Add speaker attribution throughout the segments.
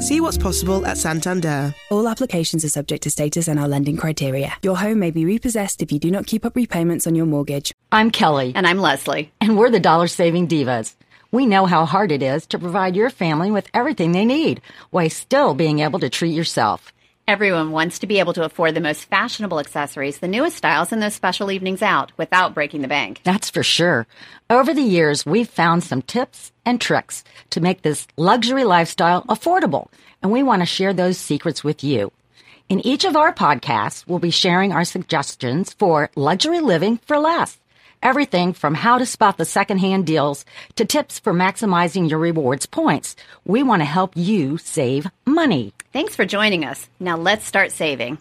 Speaker 1: See what's possible at Santander.
Speaker 2: All applications are subject to status and our lending criteria. Your home may be repossessed if you do not keep up repayments on your mortgage.
Speaker 3: I'm Kelly.
Speaker 4: And I'm Leslie.
Speaker 3: And we're the Dollar Saving Divas. We know how hard it is to provide your family with everything they need while still being able to treat yourself.
Speaker 4: Everyone wants to be able to afford the most fashionable accessories, the newest styles, and those special evenings out without breaking the bank.
Speaker 3: That's for sure. Over the years, we've found some tips and tricks to make this luxury lifestyle affordable, and we want to share those secrets with you. In each of our podcasts, we'll be sharing our suggestions for luxury living for less. Everything from how to spot the secondhand deals to tips for maximizing your rewards points. We want to help you save money.
Speaker 4: Thanks for joining us. Now let's start saving.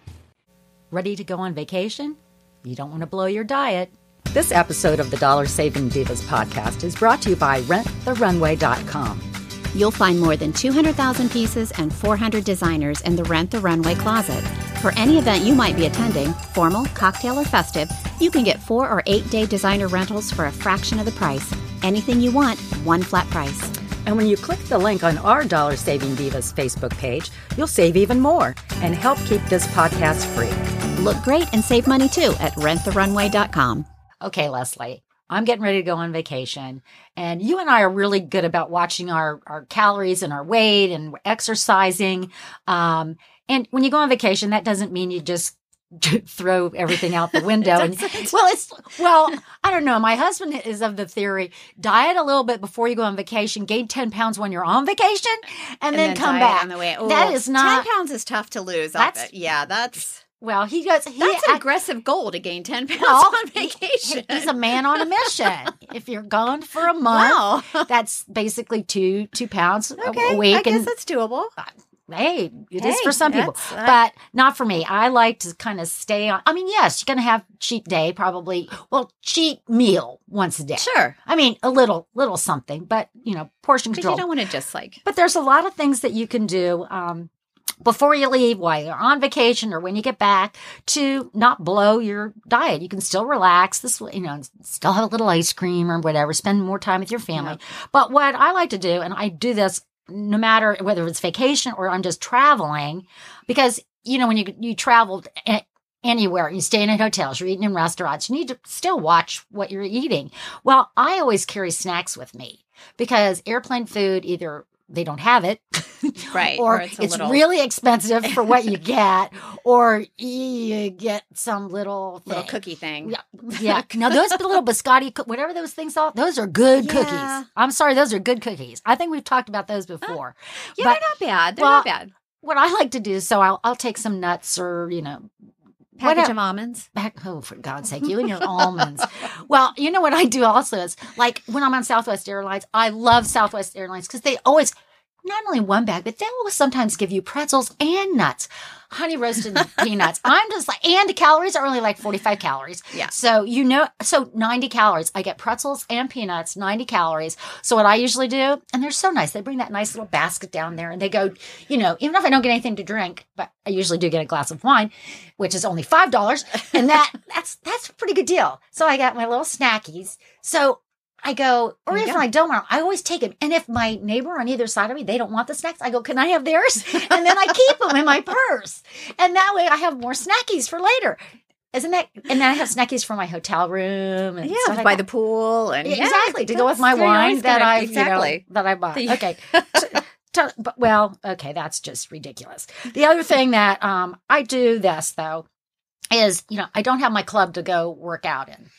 Speaker 3: Ready to go on vacation? You don't want to blow your diet. This episode of the Dollar Saving Divas podcast is brought to you by renttherunway.com.
Speaker 4: You'll find more than 200,000 pieces and 400 designers in the Rent the Runway closet. For any event you might be attending, formal, cocktail, or festive, you can get four or eight day designer rentals for a fraction of the price. Anything you want, one flat price.
Speaker 3: And when you click the link on our Dollar Saving Divas Facebook page, you'll save even more and help keep this podcast free.
Speaker 4: Look great and save money too at renttherunway.com.
Speaker 3: Okay, Leslie, I'm getting ready to go on vacation. And you and I are really good about watching our, our calories and our weight and exercising. Um, and when you go on vacation, that doesn't mean you just throw everything out the window and well it's well i don't know my husband is of the theory diet a little bit before you go on vacation gain 10 pounds when you're on vacation and, then, come
Speaker 5: diet
Speaker 3: back
Speaker 5: on the way.
Speaker 3: that
Speaker 5: Ooh,
Speaker 3: is not
Speaker 5: 10 pounds is tough to lose. I'll
Speaker 3: That's-
Speaker 5: bet. yeah, that's
Speaker 3: well he goes he
Speaker 5: that's an
Speaker 3: I-
Speaker 5: aggressive goal to gain 10 pounds
Speaker 3: Well,
Speaker 5: on
Speaker 3: he-
Speaker 5: vacation.
Speaker 3: he's a man on a mission. if you're gone for a month, that's basically two two pounds a-
Speaker 5: okay,
Speaker 3: a week.
Speaker 5: I guess
Speaker 3: and Uh,
Speaker 5: that's doable.
Speaker 3: hey, it is
Speaker 5: Hey,
Speaker 3: for some people,
Speaker 5: that's- uh, I-
Speaker 3: but not for me. I like to kind of stay on. I mean, yes, you're gonna have cheat day, probably. Well, cheat meal once a day.
Speaker 5: Sure.
Speaker 3: I mean, a little little something, but you know, portion
Speaker 5: Because
Speaker 3: control.
Speaker 5: you don't want to just like
Speaker 3: But there's a lot of things that you can do um, before you leave, while you're on vacation or when you get back, to not blow your diet. You can still relax. This, will- you know, still have a little ice cream or whatever. Spend more time with your family. But what I like to do, and I do this no matter whether it's vacation or I'm just traveling, because you know when you you travel. a- Anywhere you stay in hotels, you're eating in restaurants, you need to still watch what you're eating. Well, I always carry snacks with me because airplane food either they don't have it,
Speaker 5: Right,
Speaker 3: or,
Speaker 5: or
Speaker 3: it's,
Speaker 5: it's a little-
Speaker 3: really expensive for what you get, or you get some little thing.
Speaker 5: little cookie thing.
Speaker 3: Yeah, yeah. Now those little biscotti, coo- whatever those things are, those are good
Speaker 5: Yeah.
Speaker 3: cookies. I'm sorry, those are good cookies. I think we've talked about those before.
Speaker 5: Yeah,
Speaker 3: But-
Speaker 5: they're not bad. They're not
Speaker 3: well,
Speaker 5: bad.
Speaker 3: What I like to do, so I'll, I'll take some nuts or you know
Speaker 5: Package
Speaker 3: whatever-
Speaker 5: of almonds.
Speaker 3: back oh for god's sake you and your almonds well you know what i do also is like when i'm on southwest airlines i love southwest airlines because they always not only one bag but they will sometimes give you pretzels and nuts honey roasted peanuts i'm just like and the calories are only like 45 calories
Speaker 5: Yeah.
Speaker 3: so you know so 90 calories i get pretzels and peanuts 90 calories so what i usually do and they're so nice they bring that nice little basket down there and they go you know even if i don't get anything to drink but i usually do get a glass of wine which is only five dollars, and that that's that's a pretty good deal. So I got my little snackies. So I go, or
Speaker 5: There you
Speaker 3: if
Speaker 5: go.
Speaker 3: I don't want, 'em, I always take them. And if my neighbor on either side of me they don't want the snacks, I go, can I have theirs? And then I keep them in my purse, and that way I have more snackies for later. Isn't that? And then I have snackies for my hotel room. And stuff
Speaker 5: Yeah,
Speaker 3: like
Speaker 5: by
Speaker 3: that.
Speaker 5: the pool and
Speaker 3: Yeah,
Speaker 5: yeah,
Speaker 3: exactly to go with
Speaker 5: that's-
Speaker 3: my
Speaker 5: you're
Speaker 3: wine
Speaker 5: always
Speaker 3: that
Speaker 5: gonna-
Speaker 3: I
Speaker 5: exactly.
Speaker 3: that I bought.
Speaker 5: The-
Speaker 3: Okay, T- t- but, well, okay, that's just ridiculous. The other thing that um, I do this though is you know I don't have my club to go work out in.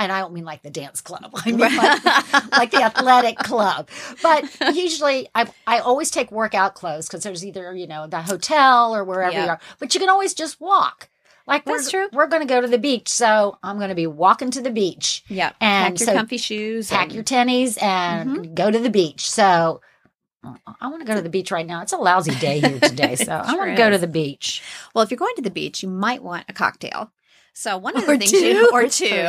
Speaker 3: And I don't mean like the dance club. I mean like, like the athletic club. But usually, I I always take workout clothes because there's either you know the hotel or wherever
Speaker 5: Yeah.
Speaker 3: you are. But you can always just walk. Like
Speaker 5: That's true.
Speaker 3: we're we're going to go to the beach, so I'm going to be walking to the beach.
Speaker 5: Yeah,
Speaker 3: And
Speaker 5: pack your
Speaker 3: so-
Speaker 5: comfy shoes.
Speaker 3: pack
Speaker 5: and-
Speaker 3: your tennies and
Speaker 5: Mm-hmm.
Speaker 3: go to the beach. So I want to go to the beach right now. It's a lousy day here today, so I
Speaker 5: Sure
Speaker 3: want to go to
Speaker 5: is.
Speaker 3: the beach.
Speaker 5: Well, if you're going to the beach, you might want a cocktail. So one of the
Speaker 3: Or
Speaker 5: things
Speaker 3: two,
Speaker 5: you or
Speaker 3: or
Speaker 5: two,
Speaker 3: three.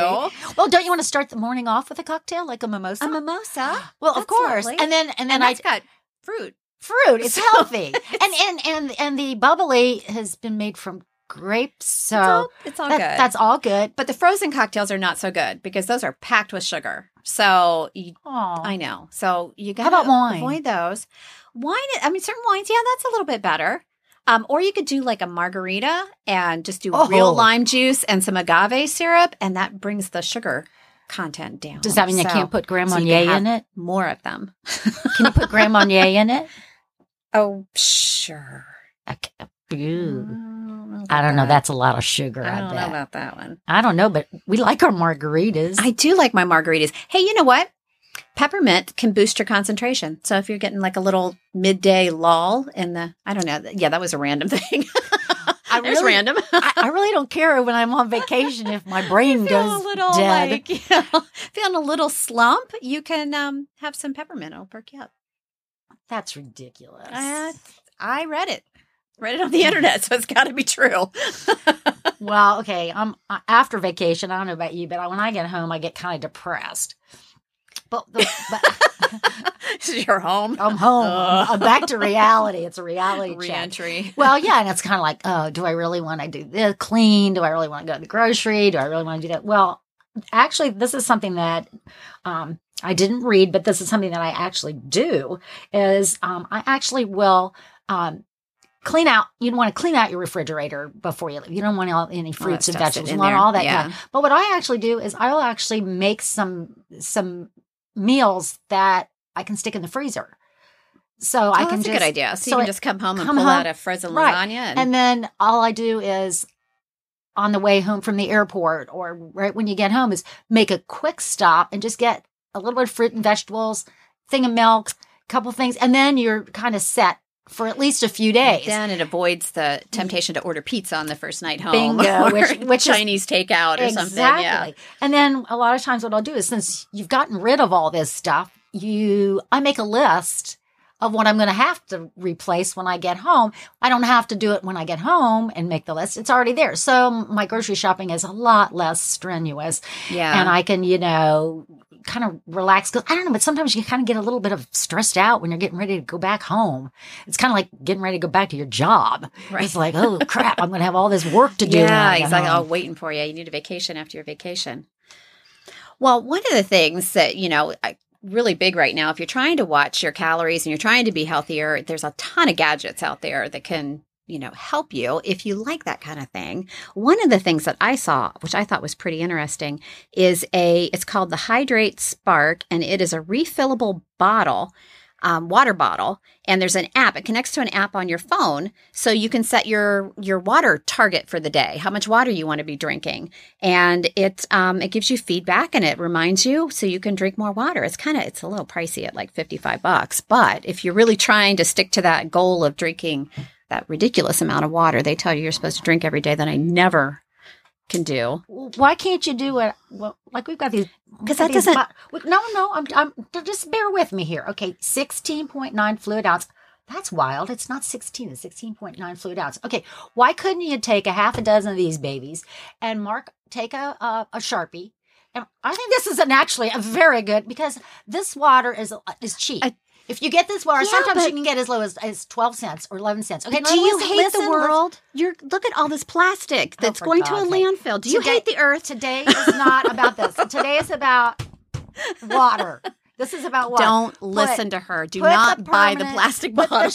Speaker 3: Well, don't you want to start the morning off with a cocktail like a mimosa?
Speaker 5: a mimosa.
Speaker 3: well, of
Speaker 5: That's
Speaker 3: course.
Speaker 5: lovely.
Speaker 3: And then and then
Speaker 5: and
Speaker 3: I
Speaker 5: that's got fruit.
Speaker 3: fruit. It's
Speaker 5: So
Speaker 3: healthy. and, and and and the bubbly has been made from grapes,
Speaker 5: It's
Speaker 3: so
Speaker 5: all, it's all
Speaker 3: that-
Speaker 5: good.
Speaker 3: that's all good.
Speaker 5: but the frozen cocktails are not so good because those are packed with sugar. So you,
Speaker 3: Aw.
Speaker 5: I know. So you got
Speaker 3: Oh. How about wine?
Speaker 5: Avoid those. Wine. I mean, certain wines. Yeah, that's a little bit better. Um, or you could do like a margarita and just do
Speaker 3: Oh.
Speaker 5: real lime juice and some agave syrup, and that brings the sugar content down.
Speaker 3: Does that mean you
Speaker 5: So-
Speaker 3: can't put Grand
Speaker 5: so you
Speaker 3: Marnier
Speaker 5: can have
Speaker 3: in it?
Speaker 5: More of them.
Speaker 3: Can you put Grand Marnier in it?
Speaker 5: Oh, sure.
Speaker 3: Okay. Ooh.
Speaker 5: know
Speaker 3: I don't know.
Speaker 5: about
Speaker 3: That's a lot of sugar.
Speaker 5: Oh, that.
Speaker 3: I,
Speaker 5: I don't
Speaker 3: bet.
Speaker 5: know about that one.
Speaker 3: I don't know, but we like our margaritas.
Speaker 5: I do like my margaritas. Hey, you know what? Peppermint can boost your concentration. So if you're getting like a little midday lull in the, I don't know. Yeah, that was a random thing.
Speaker 3: I
Speaker 5: It was
Speaker 3: really-
Speaker 5: random.
Speaker 3: I, I really don't care when I'm on vacation if my brain
Speaker 5: Feel a
Speaker 3: goes
Speaker 5: little
Speaker 3: dead.
Speaker 5: like, you know, feeling a little slump. You can um, have some peppermint. It'll perk you up.
Speaker 3: That's ridiculous.
Speaker 5: Uh, I read it. Read it on
Speaker 3: Hmm.
Speaker 5: the internet, so it's got to be true.
Speaker 3: well, okay. I'm uh, after vacation. I don't know about you, but I- when I get home, I get kind of depressed. But, the, but
Speaker 5: You're home.
Speaker 3: I'm home. I'm- I'm back to reality. It's a Oh, reality check.
Speaker 5: Reentry.
Speaker 3: Well, yeah, and it's kind of like, oh, do I really want to do this clean? Do I really want to go to the grocery? Do I really want to do that? Well, actually, this is something that um, I didn't read, but this is something that I actually do. Is um, I actually will. Um, Clean out. You want to clean out your refrigerator before you leave. You don't want all, any
Speaker 5: All that
Speaker 3: fruits and
Speaker 5: stuff
Speaker 3: vegetables.
Speaker 5: sitting
Speaker 3: You want
Speaker 5: there.
Speaker 3: all that.
Speaker 5: Yeah.
Speaker 3: Kind but what I actually do is I will actually make some some meals that I can stick in the freezer. So I
Speaker 5: Oh,
Speaker 3: can
Speaker 5: that's
Speaker 3: just
Speaker 5: a good idea. So,
Speaker 3: so
Speaker 5: you can
Speaker 3: it-
Speaker 5: just come home and
Speaker 3: come
Speaker 5: pull
Speaker 3: home-
Speaker 5: out a frozen
Speaker 3: right.
Speaker 5: lasagna. And,
Speaker 3: and then all I do is on the way home from the airport or right when you get home is make a quick stop and just get a little bit of fruit and vegetables, thing of milk, couple things, and then you're kind of set for at least a few days. Hmm.
Speaker 5: Then it avoids the temptation to order pizza on the first night home,
Speaker 3: Bingo,
Speaker 5: or
Speaker 3: which- which is-
Speaker 5: Chinese takeout or something. Yeah,
Speaker 3: And then a lot of times what I'll do is since you've gotten rid of all this stuff, you I make a list of what I'm going to have to replace when I get home. I don't have to do it when I get home and make the list. It's already there. So my grocery shopping is a lot less strenuous
Speaker 5: yeah.
Speaker 3: and I can, you know, kind of relax. 'Cause I don't know, but sometimes you kind of get a little bit of stressed out when you're getting ready to go back home. It's kind of like getting ready to go back to your job.
Speaker 5: Right.
Speaker 3: It's like, oh crap, I'm going to have all this work to do. when
Speaker 5: yeah,
Speaker 3: I get
Speaker 5: exactly.
Speaker 3: home.
Speaker 5: All waiting for you. You need a vacation after your vacation. Well, one of the things that you know, I- really big right now, if you're trying to watch your calories and you're trying to be healthier, there's a ton of gadgets out there that can you know help you if you like that kind of thing. One of the things that I saw, which I thought was pretty interesting, is a it's called the Hydrate Spark, and it is a refillable bottle. Um, water bottle and there's an app it connects to an app on your phone so you can set your your water target for the day how much water you want to be drinking and it um, it gives you feedback and it reminds you so you can drink more water it's kind of it's a little pricey at like 55 bucks but if you're really trying to stick to that goal of drinking that ridiculous amount of water they tell you you're supposed to drink every day that i never can do
Speaker 3: why can't you do it? Well, like we've got these
Speaker 5: 'Cause
Speaker 3: we've got
Speaker 5: that
Speaker 3: these
Speaker 5: doesn't-
Speaker 3: bo- we- no, no. I'm, I'm just bear with me here. Okay, sixteen point nine fluid ounce. That's wild. It's not sixteen. It's sixteen point nine fluid ounce. Okay, why couldn't you take a half a dozen of these babies and mark take a a, a sharpie? And I think this is an actually a very good because this water is uh, is cheap.
Speaker 5: I-
Speaker 3: if you get this water,
Speaker 5: Yeah,
Speaker 3: sometimes
Speaker 5: but-
Speaker 3: you can get as low as, as twelve cents or eleven cents. Okay,
Speaker 5: But
Speaker 3: now
Speaker 5: do you
Speaker 3: listen-
Speaker 5: hate
Speaker 3: listen,
Speaker 5: the
Speaker 3: listen.
Speaker 5: world? You're look at all this plastic
Speaker 3: Oh,
Speaker 5: that's
Speaker 3: for
Speaker 5: going to a
Speaker 3: God's sake.
Speaker 5: landfill. Do you
Speaker 3: Today-
Speaker 5: hate the earth?
Speaker 3: Today is not about this. Today is about water. This is about water.
Speaker 5: Don't
Speaker 3: Put-
Speaker 5: listen to her. Do
Speaker 3: put
Speaker 5: not buy the
Speaker 3: permanent-
Speaker 5: plastic
Speaker 3: put the
Speaker 5: bottles.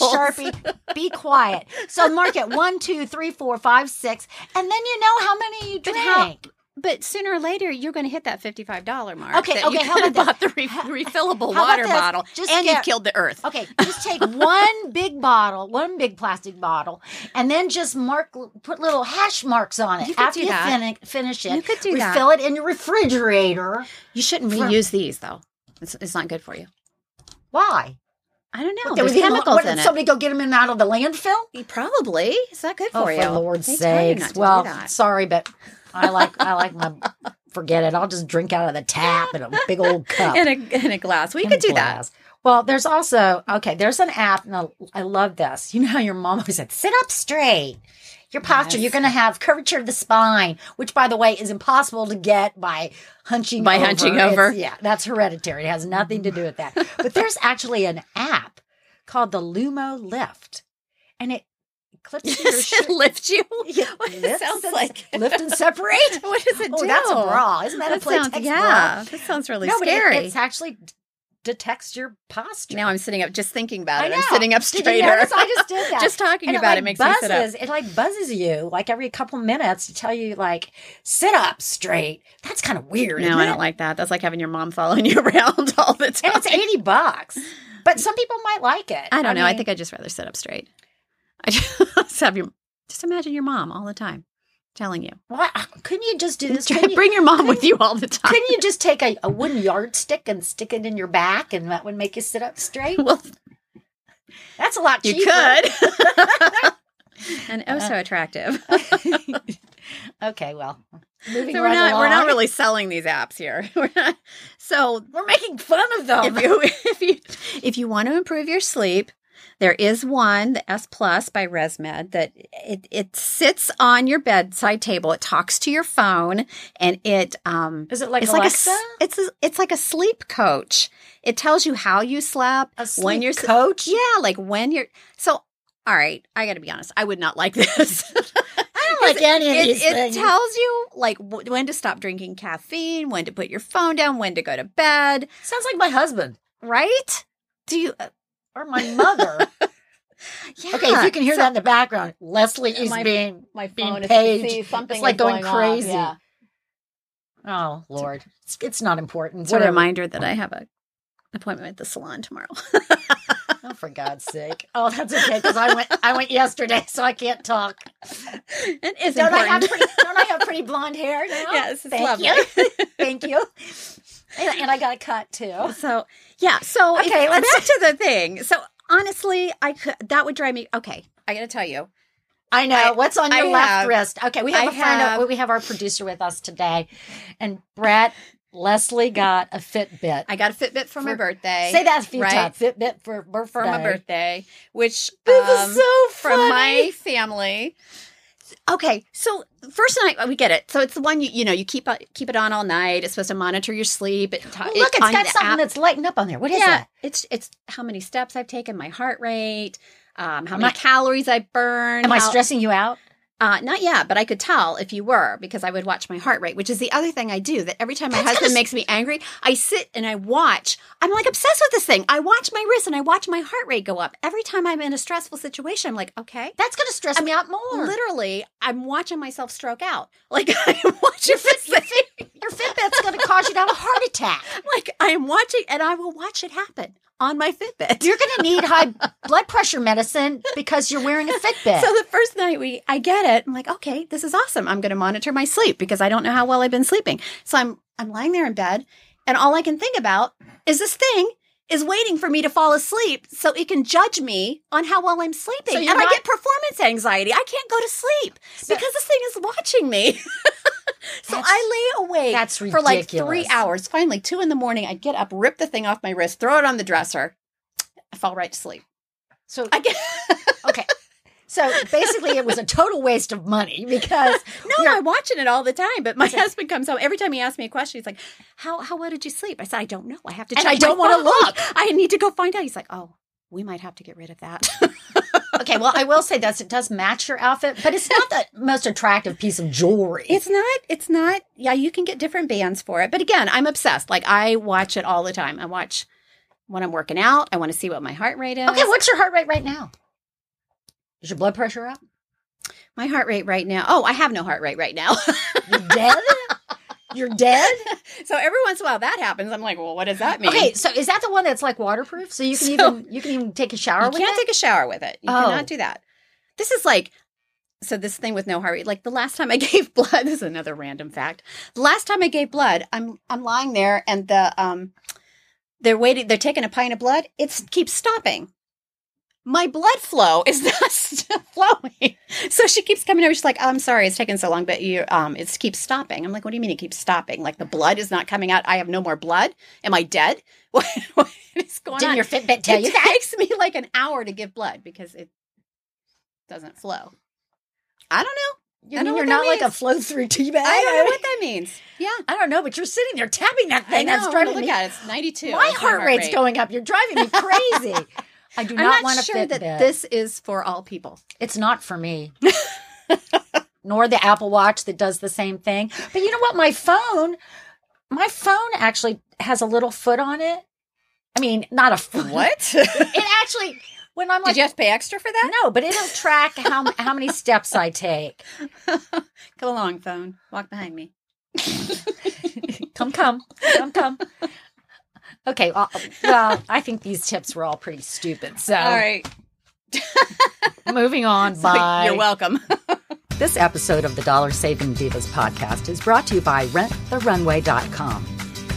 Speaker 3: Sharpie. Be quiet. So mark it one, two, three, four, five, six, and then you know how many you
Speaker 5: But how-
Speaker 3: drank.
Speaker 5: But sooner or later, you're going to hit that fifty-five dollar mark.
Speaker 3: Okay,
Speaker 5: that
Speaker 3: okay,
Speaker 5: You
Speaker 3: how
Speaker 5: could have
Speaker 3: about
Speaker 5: bought the
Speaker 3: this?
Speaker 5: re-
Speaker 3: How-
Speaker 5: refillable
Speaker 3: how about
Speaker 5: water
Speaker 3: this?
Speaker 5: bottle,
Speaker 3: Just
Speaker 5: and
Speaker 3: get-
Speaker 5: you've killed the earth.
Speaker 3: Okay, just take one big bottle, one big plastic bottle, and then just mark, put little hash marks on it
Speaker 5: You could
Speaker 3: after
Speaker 5: do
Speaker 3: you
Speaker 5: that.
Speaker 3: fini- finish it.
Speaker 5: You could do that.
Speaker 3: refill it in your refrigerator.
Speaker 5: You shouldn't reuse these though. It's, it's not good for you.
Speaker 3: Why?
Speaker 5: I don't know.
Speaker 3: There
Speaker 5: Oh, There's
Speaker 3: was even-
Speaker 5: chemicals
Speaker 3: what,
Speaker 5: in
Speaker 3: did
Speaker 5: it.
Speaker 3: somebody go get them in out of the landfill?
Speaker 5: Probably it's not good for
Speaker 3: Oh, for
Speaker 5: you.
Speaker 3: Lord's
Speaker 5: They tell you
Speaker 3: sakes.
Speaker 5: not to do
Speaker 3: Well,
Speaker 5: that.
Speaker 3: sorry, but I like I like my forget it. I'll just drink out of the tap in a big old cup.
Speaker 5: in a in a glass, we could do that.
Speaker 3: Glass. Well, there's also okay. There's an app, and I- I love this. You know how your mom always said, "Sit up straight." your posture.
Speaker 5: Yes.
Speaker 3: You're going to have curvature of the spine, which, by the way, is impossible to get by hunching
Speaker 5: By
Speaker 3: over.
Speaker 5: hunching
Speaker 3: It's-
Speaker 5: over.
Speaker 3: yeah, that's hereditary. It has nothing to do with that. but there's actually an app called the Lumo Lift, and it clips to your
Speaker 5: Does it
Speaker 3: shirt.
Speaker 5: lift you?
Speaker 3: Yeah,
Speaker 5: What it
Speaker 3: lifts
Speaker 5: sounds
Speaker 3: and-
Speaker 5: like.
Speaker 3: lift and separate.
Speaker 5: What does it
Speaker 3: oh,
Speaker 5: do?
Speaker 3: that's a bra. Isn't that,
Speaker 5: That
Speaker 3: a play
Speaker 5: sounds,
Speaker 3: text
Speaker 5: yeah.
Speaker 3: bra?
Speaker 5: That sounds really
Speaker 3: no, but it-
Speaker 5: scary.
Speaker 3: it's actually d- detects your posture.
Speaker 5: now I'm sitting up, just thinking about
Speaker 3: I
Speaker 5: it.
Speaker 3: know.
Speaker 5: I'm sitting up straighter.
Speaker 3: Did you notice I just did that.
Speaker 5: Just talking
Speaker 3: And
Speaker 5: about it makes
Speaker 3: like
Speaker 5: me
Speaker 3: buzzes,
Speaker 5: sit up.
Speaker 3: It like buzzes you like every couple minutes to tell you like sit up straight. That's kind of weird.
Speaker 5: No,
Speaker 3: isn't
Speaker 5: I
Speaker 3: it?
Speaker 5: don't like that. That's like having your mom following you around all the time.
Speaker 3: And it's eighty bucks, but some people might like it.
Speaker 5: I don't know. I
Speaker 3: mean,
Speaker 5: think I'd just rather sit up straight. I just have your just imagine your mom all the time telling you.
Speaker 3: why couldn't you just do this? Couldn't you,
Speaker 5: Bring your mom with you all the time.
Speaker 3: couldn't you just take a, a wooden yardstick and stick it in your back, and that would make you sit up straight?
Speaker 5: well,
Speaker 3: That's a lot
Speaker 5: you
Speaker 3: cheaper.
Speaker 5: could. and oh, so attractive. so
Speaker 3: okay, well, moving
Speaker 5: we're
Speaker 3: right
Speaker 5: not we're not
Speaker 3: along.
Speaker 5: really selling these apps here. We're not. So
Speaker 3: we're making fun of them.
Speaker 5: if you if you if you want to improve your sleep there is one the s plus by resmed that it, it sits on your bedside table it talks to your phone and it um
Speaker 3: Is it like
Speaker 5: it's
Speaker 3: Alexa?
Speaker 5: like a s- it's a, it's like a sleep coach it tells you how you slept
Speaker 3: A
Speaker 5: when
Speaker 3: sleep
Speaker 5: you're s-
Speaker 3: coach?
Speaker 5: yeah like when you're so all right i gotta be honest i would not like this
Speaker 3: I don't like any of
Speaker 5: it,
Speaker 3: these
Speaker 5: it
Speaker 3: things.
Speaker 5: tells you like w- when to stop drinking caffeine when to put your phone down when to go to bed
Speaker 3: Sounds like my husband
Speaker 5: right do you uh,
Speaker 3: or my mother.
Speaker 5: Yeah.
Speaker 3: okay, if you can hear
Speaker 5: So-
Speaker 3: that in the background, Leslie is
Speaker 5: My-
Speaker 3: being
Speaker 5: my
Speaker 3: being
Speaker 5: phone is-
Speaker 3: paged.
Speaker 5: see, something
Speaker 3: it's like
Speaker 5: is
Speaker 3: going,
Speaker 5: going off,
Speaker 3: crazy.
Speaker 5: yeah.
Speaker 3: Oh Lord, it's, it's not important.
Speaker 5: It's a
Speaker 3: Whatever.
Speaker 5: reminder that I have a appointment at the salon tomorrow.
Speaker 3: Oh, for God's sake! Oh, that's okay because I went. I went yesterday, so I can't talk.
Speaker 5: it is
Speaker 3: Don't I have
Speaker 5: important.
Speaker 3: pretty? Don't I have pretty blonde hair now?
Speaker 5: Yes, it's
Speaker 3: thank you, thank you. And, and I got a cut too.
Speaker 5: so yeah. So
Speaker 3: Okay,
Speaker 5: okay,
Speaker 3: let's-
Speaker 5: back to the thing. So honestly, I could that would drive me. Okay, I gotta tell you.
Speaker 3: I know
Speaker 5: I-
Speaker 3: what's on
Speaker 5: I
Speaker 3: your left
Speaker 5: have-
Speaker 3: wrist. Okay, we have
Speaker 5: I
Speaker 3: a friend.
Speaker 5: have-
Speaker 3: we have our producer with us today, and Brett Leslie got a Fitbit.
Speaker 5: I got a Fitbit for, my
Speaker 3: For-
Speaker 5: birthday.
Speaker 3: Say that a few
Speaker 5: right?
Speaker 3: times. Fitbit for birthday.
Speaker 5: for my birthday, which
Speaker 3: This is so
Speaker 5: from
Speaker 3: funny.
Speaker 5: my family. Okay, so first night we get it. So it's the one you you know you keep uh, keep it on all night. It's supposed to monitor your sleep. It, ta-
Speaker 3: Oh, look, it's
Speaker 5: uh, on
Speaker 3: got
Speaker 5: the
Speaker 3: something
Speaker 5: app.
Speaker 3: that's lighting up on there. What is
Speaker 5: yeah,
Speaker 3: that?
Speaker 5: it's it's how many steps I've taken, my heart rate, um, how
Speaker 3: Am
Speaker 5: many
Speaker 3: I-
Speaker 5: calories I burn.
Speaker 3: Am I
Speaker 5: how-
Speaker 3: stressing you out?
Speaker 5: Uh, not yet, but I could tell if you were because I would watch my heart rate, which is the other thing I do. That every time my husband makes me angry, I sit and I watch. I'm like obsessed with this thing. I watch my wrist and I watch my heart rate go up every time I'm in a stressful situation. I'm like, okay.
Speaker 3: That's going to stress me out more.
Speaker 5: Literally, I'm watching myself stroke out. Like I'm watching this thing.
Speaker 3: Your Fitbit's going to cause you to have a heart attack.
Speaker 5: Like I am watching, and I will watch it happen on my Fitbit.
Speaker 3: You're going to need high blood pressure medicine because you're wearing a Fitbit.
Speaker 5: So the first night we, I get it. I'm like, okay, this is awesome. I'm going to monitor my sleep because I don't know how well I've been sleeping. So I'm, I'm lying there in bed, and all I can think about is this thing is waiting for me to fall asleep so it can judge me on how well I'm sleeping.
Speaker 3: So
Speaker 5: and
Speaker 3: you're
Speaker 5: I
Speaker 3: not-
Speaker 5: get performance anxiety. I can't go to sleep because this thing is watching me. So
Speaker 3: That's-
Speaker 5: I lay awake
Speaker 3: that's
Speaker 5: for like three
Speaker 3: ridiculous.
Speaker 5: hours. Finally, two in the morning, I get up, rip the thing off my wrist, throw it on the dresser. I fall right to sleep.
Speaker 3: so
Speaker 5: I get
Speaker 3: okay. So basically, it was a total waste of money because
Speaker 5: No, I'm watching it all the time. But my husband comes home every time he asks me a question. He's like, "How how well did you sleep?" I said, "I don't know. I have to
Speaker 3: And
Speaker 5: check.
Speaker 3: I
Speaker 5: my
Speaker 3: don't wanna
Speaker 5: phone.
Speaker 3: look.
Speaker 5: I need to go find out." He's like, "Oh, we might have to get rid of that."
Speaker 3: okay. Well, I will say this: it does match your outfit, but it's not the most attractive piece of jewelry.
Speaker 5: it's not. It's not. Yeah, you can get different bands for it. But again, I'm obsessed. Like I watch it all the time. I watch when I'm working out. I want to see what my heart rate is.
Speaker 3: okay. What's your heart rate right now? Is your blood pressure up?
Speaker 5: my heart rate right now? Oh, I have no heart rate right now.
Speaker 3: You're dead. You're dead.
Speaker 5: so every once in a while that happens. I'm like, "Well, what does that mean?"
Speaker 3: Okay, so is that the one that's like waterproof? So you can
Speaker 5: So-
Speaker 3: even you can even take a shower
Speaker 5: You
Speaker 3: with
Speaker 5: can't
Speaker 3: it.
Speaker 5: take a shower with it. You
Speaker 3: Oh.
Speaker 5: cannot do that. This is like so this thing with no heart rate. Like the last time I gave blood, this is another random fact. The last time I gave blood, I'm I'm lying there and the um they're waiting they're taking a pint of blood. It keeps stopping. My blood flow is not st- flowing. So she keeps coming over. She's like, oh, I'm sorry, it's taking so long, but you um it keeps stopping. I'm like, what do you mean it keeps stopping? Like the blood is not coming out. I have no more blood. Am I dead? What, what is going
Speaker 3: Didn't
Speaker 5: on?
Speaker 3: your Fitbit tell
Speaker 5: it
Speaker 3: you that?
Speaker 5: takes me like an hour to give blood because it doesn't flow.
Speaker 6: I don't know.
Speaker 3: You
Speaker 6: I don't
Speaker 3: mean
Speaker 6: know
Speaker 3: you're
Speaker 6: what that
Speaker 3: not like a
Speaker 6: means.
Speaker 3: flow through tea bag?
Speaker 6: I don't know what that means. Yeah.
Speaker 3: I don't know, but you're sitting there tapping that thing.
Speaker 6: I
Speaker 3: That's
Speaker 6: know.
Speaker 3: driving
Speaker 6: look
Speaker 3: me.
Speaker 6: at it. It's 92.
Speaker 3: My
Speaker 6: That's
Speaker 3: heart rate's
Speaker 6: rate.
Speaker 3: going up. You're driving me crazy. I do
Speaker 6: I'm
Speaker 3: not,
Speaker 6: not,
Speaker 3: want to
Speaker 6: sure that
Speaker 3: Fitbit.
Speaker 6: this is for all people.
Speaker 3: It's not for me. Nor the Apple Watch that does the same thing. But you know what? My phone, my phone actually has a little foot on it. I mean, not a foot.
Speaker 6: What?
Speaker 3: It actually, when I'm like,
Speaker 6: Did you have to pay extra for that?
Speaker 3: no, but it'll track how how many steps I take.
Speaker 6: Come along, phone. Walk behind me.
Speaker 3: Come, come, come, come. Okay, well, well, I think these tips were all pretty stupid. So,
Speaker 6: All right.
Speaker 3: moving on. Bye.
Speaker 6: You're welcome.
Speaker 3: This episode of the Dollar Saving Divas podcast is brought to you by RentTheRunway.com.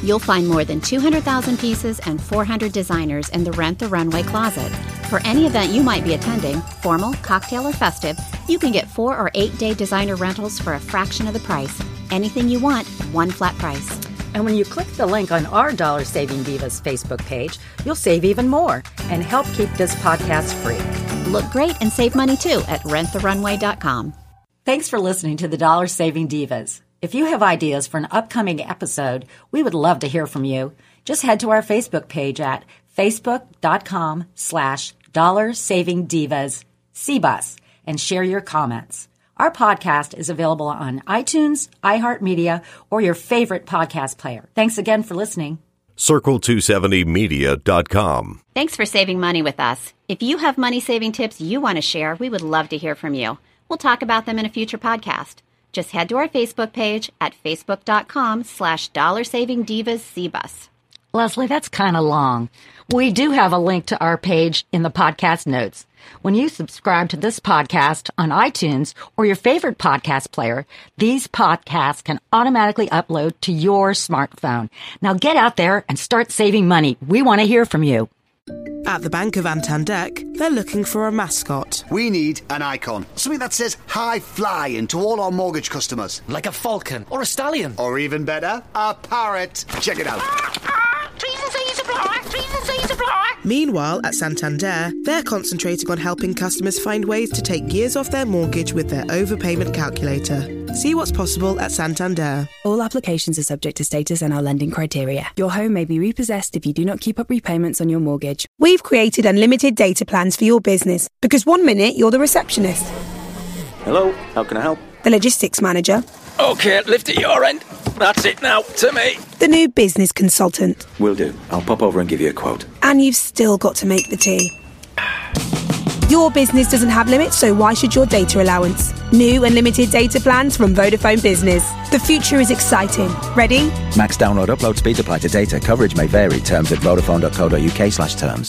Speaker 5: You'll find more than 200,000 pieces and 400 designers in the Rent the Runway closet. For any event you might be attending, formal, cocktail, or festive, you can get four or eight day designer rentals for a fraction of the price. Anything you want, one flat price.
Speaker 7: And when you click the link on our Dollar Saving Divas Facebook page, you'll save even more and help keep this podcast free.
Speaker 5: Look great and save money too at renttherunway.com.
Speaker 7: Thanks for listening to the Dollar Saving Divas. If you have ideas for an upcoming episode, we would love to hear from you. Just head to our Facebook page at facebook.com slash dollar saving divas CBUS and share your comments. Our podcast is available on iTunes, iHeartMedia, or your favorite podcast player. Thanks again for listening.
Speaker 8: Circle270media.com.
Speaker 5: Thanks for saving money with us. If you have money saving tips you want to share, we would love to hear from you. We'll talk about them in a future podcast. Just head to our Facebook page at facebook.com slash dollar saving divas CBUS.
Speaker 7: Leslie, that's kind of long. We do have a link to our page in the podcast notes. When you subscribe to this podcast on iTunes or your favorite podcast player, these podcasts can automatically upload to your smartphone. Now get out there and start saving money. We want to hear from you.
Speaker 1: At the Bank of Antandek, they're looking for a mascot.
Speaker 9: We need an icon. Something that says high flying to all our mortgage customers.
Speaker 10: Like a falcon or a stallion.
Speaker 9: Or even better, a parrot. Check it out.
Speaker 11: Treason season block. Treason season block.
Speaker 1: Meanwhile, at Santander, they're concentrating on helping customers find ways to take years off their mortgage with their overpayment calculator. See what's possible at Santander.
Speaker 12: All applications are subject to status and our lending criteria. Your home may be repossessed if you do not keep up repayments on your mortgage.
Speaker 13: We've created unlimited data plans for your business because one minute you're the receptionist.
Speaker 14: Hello, how can I help?
Speaker 13: the logistics manager,
Speaker 14: Okay, lift at your end. That's it now, to me.
Speaker 13: the new business consultant,
Speaker 14: Will do. I'll pop over and give you a quote.
Speaker 13: and you've still got to make the tea. Your business doesn't have limits, so why should your data allowance? New unlimited data plans from Vodafone Business. The future is exciting. Ready?
Speaker 14: Max download upload speeds apply to data. Coverage may vary. Terms at vodafone.co.uk slash terms.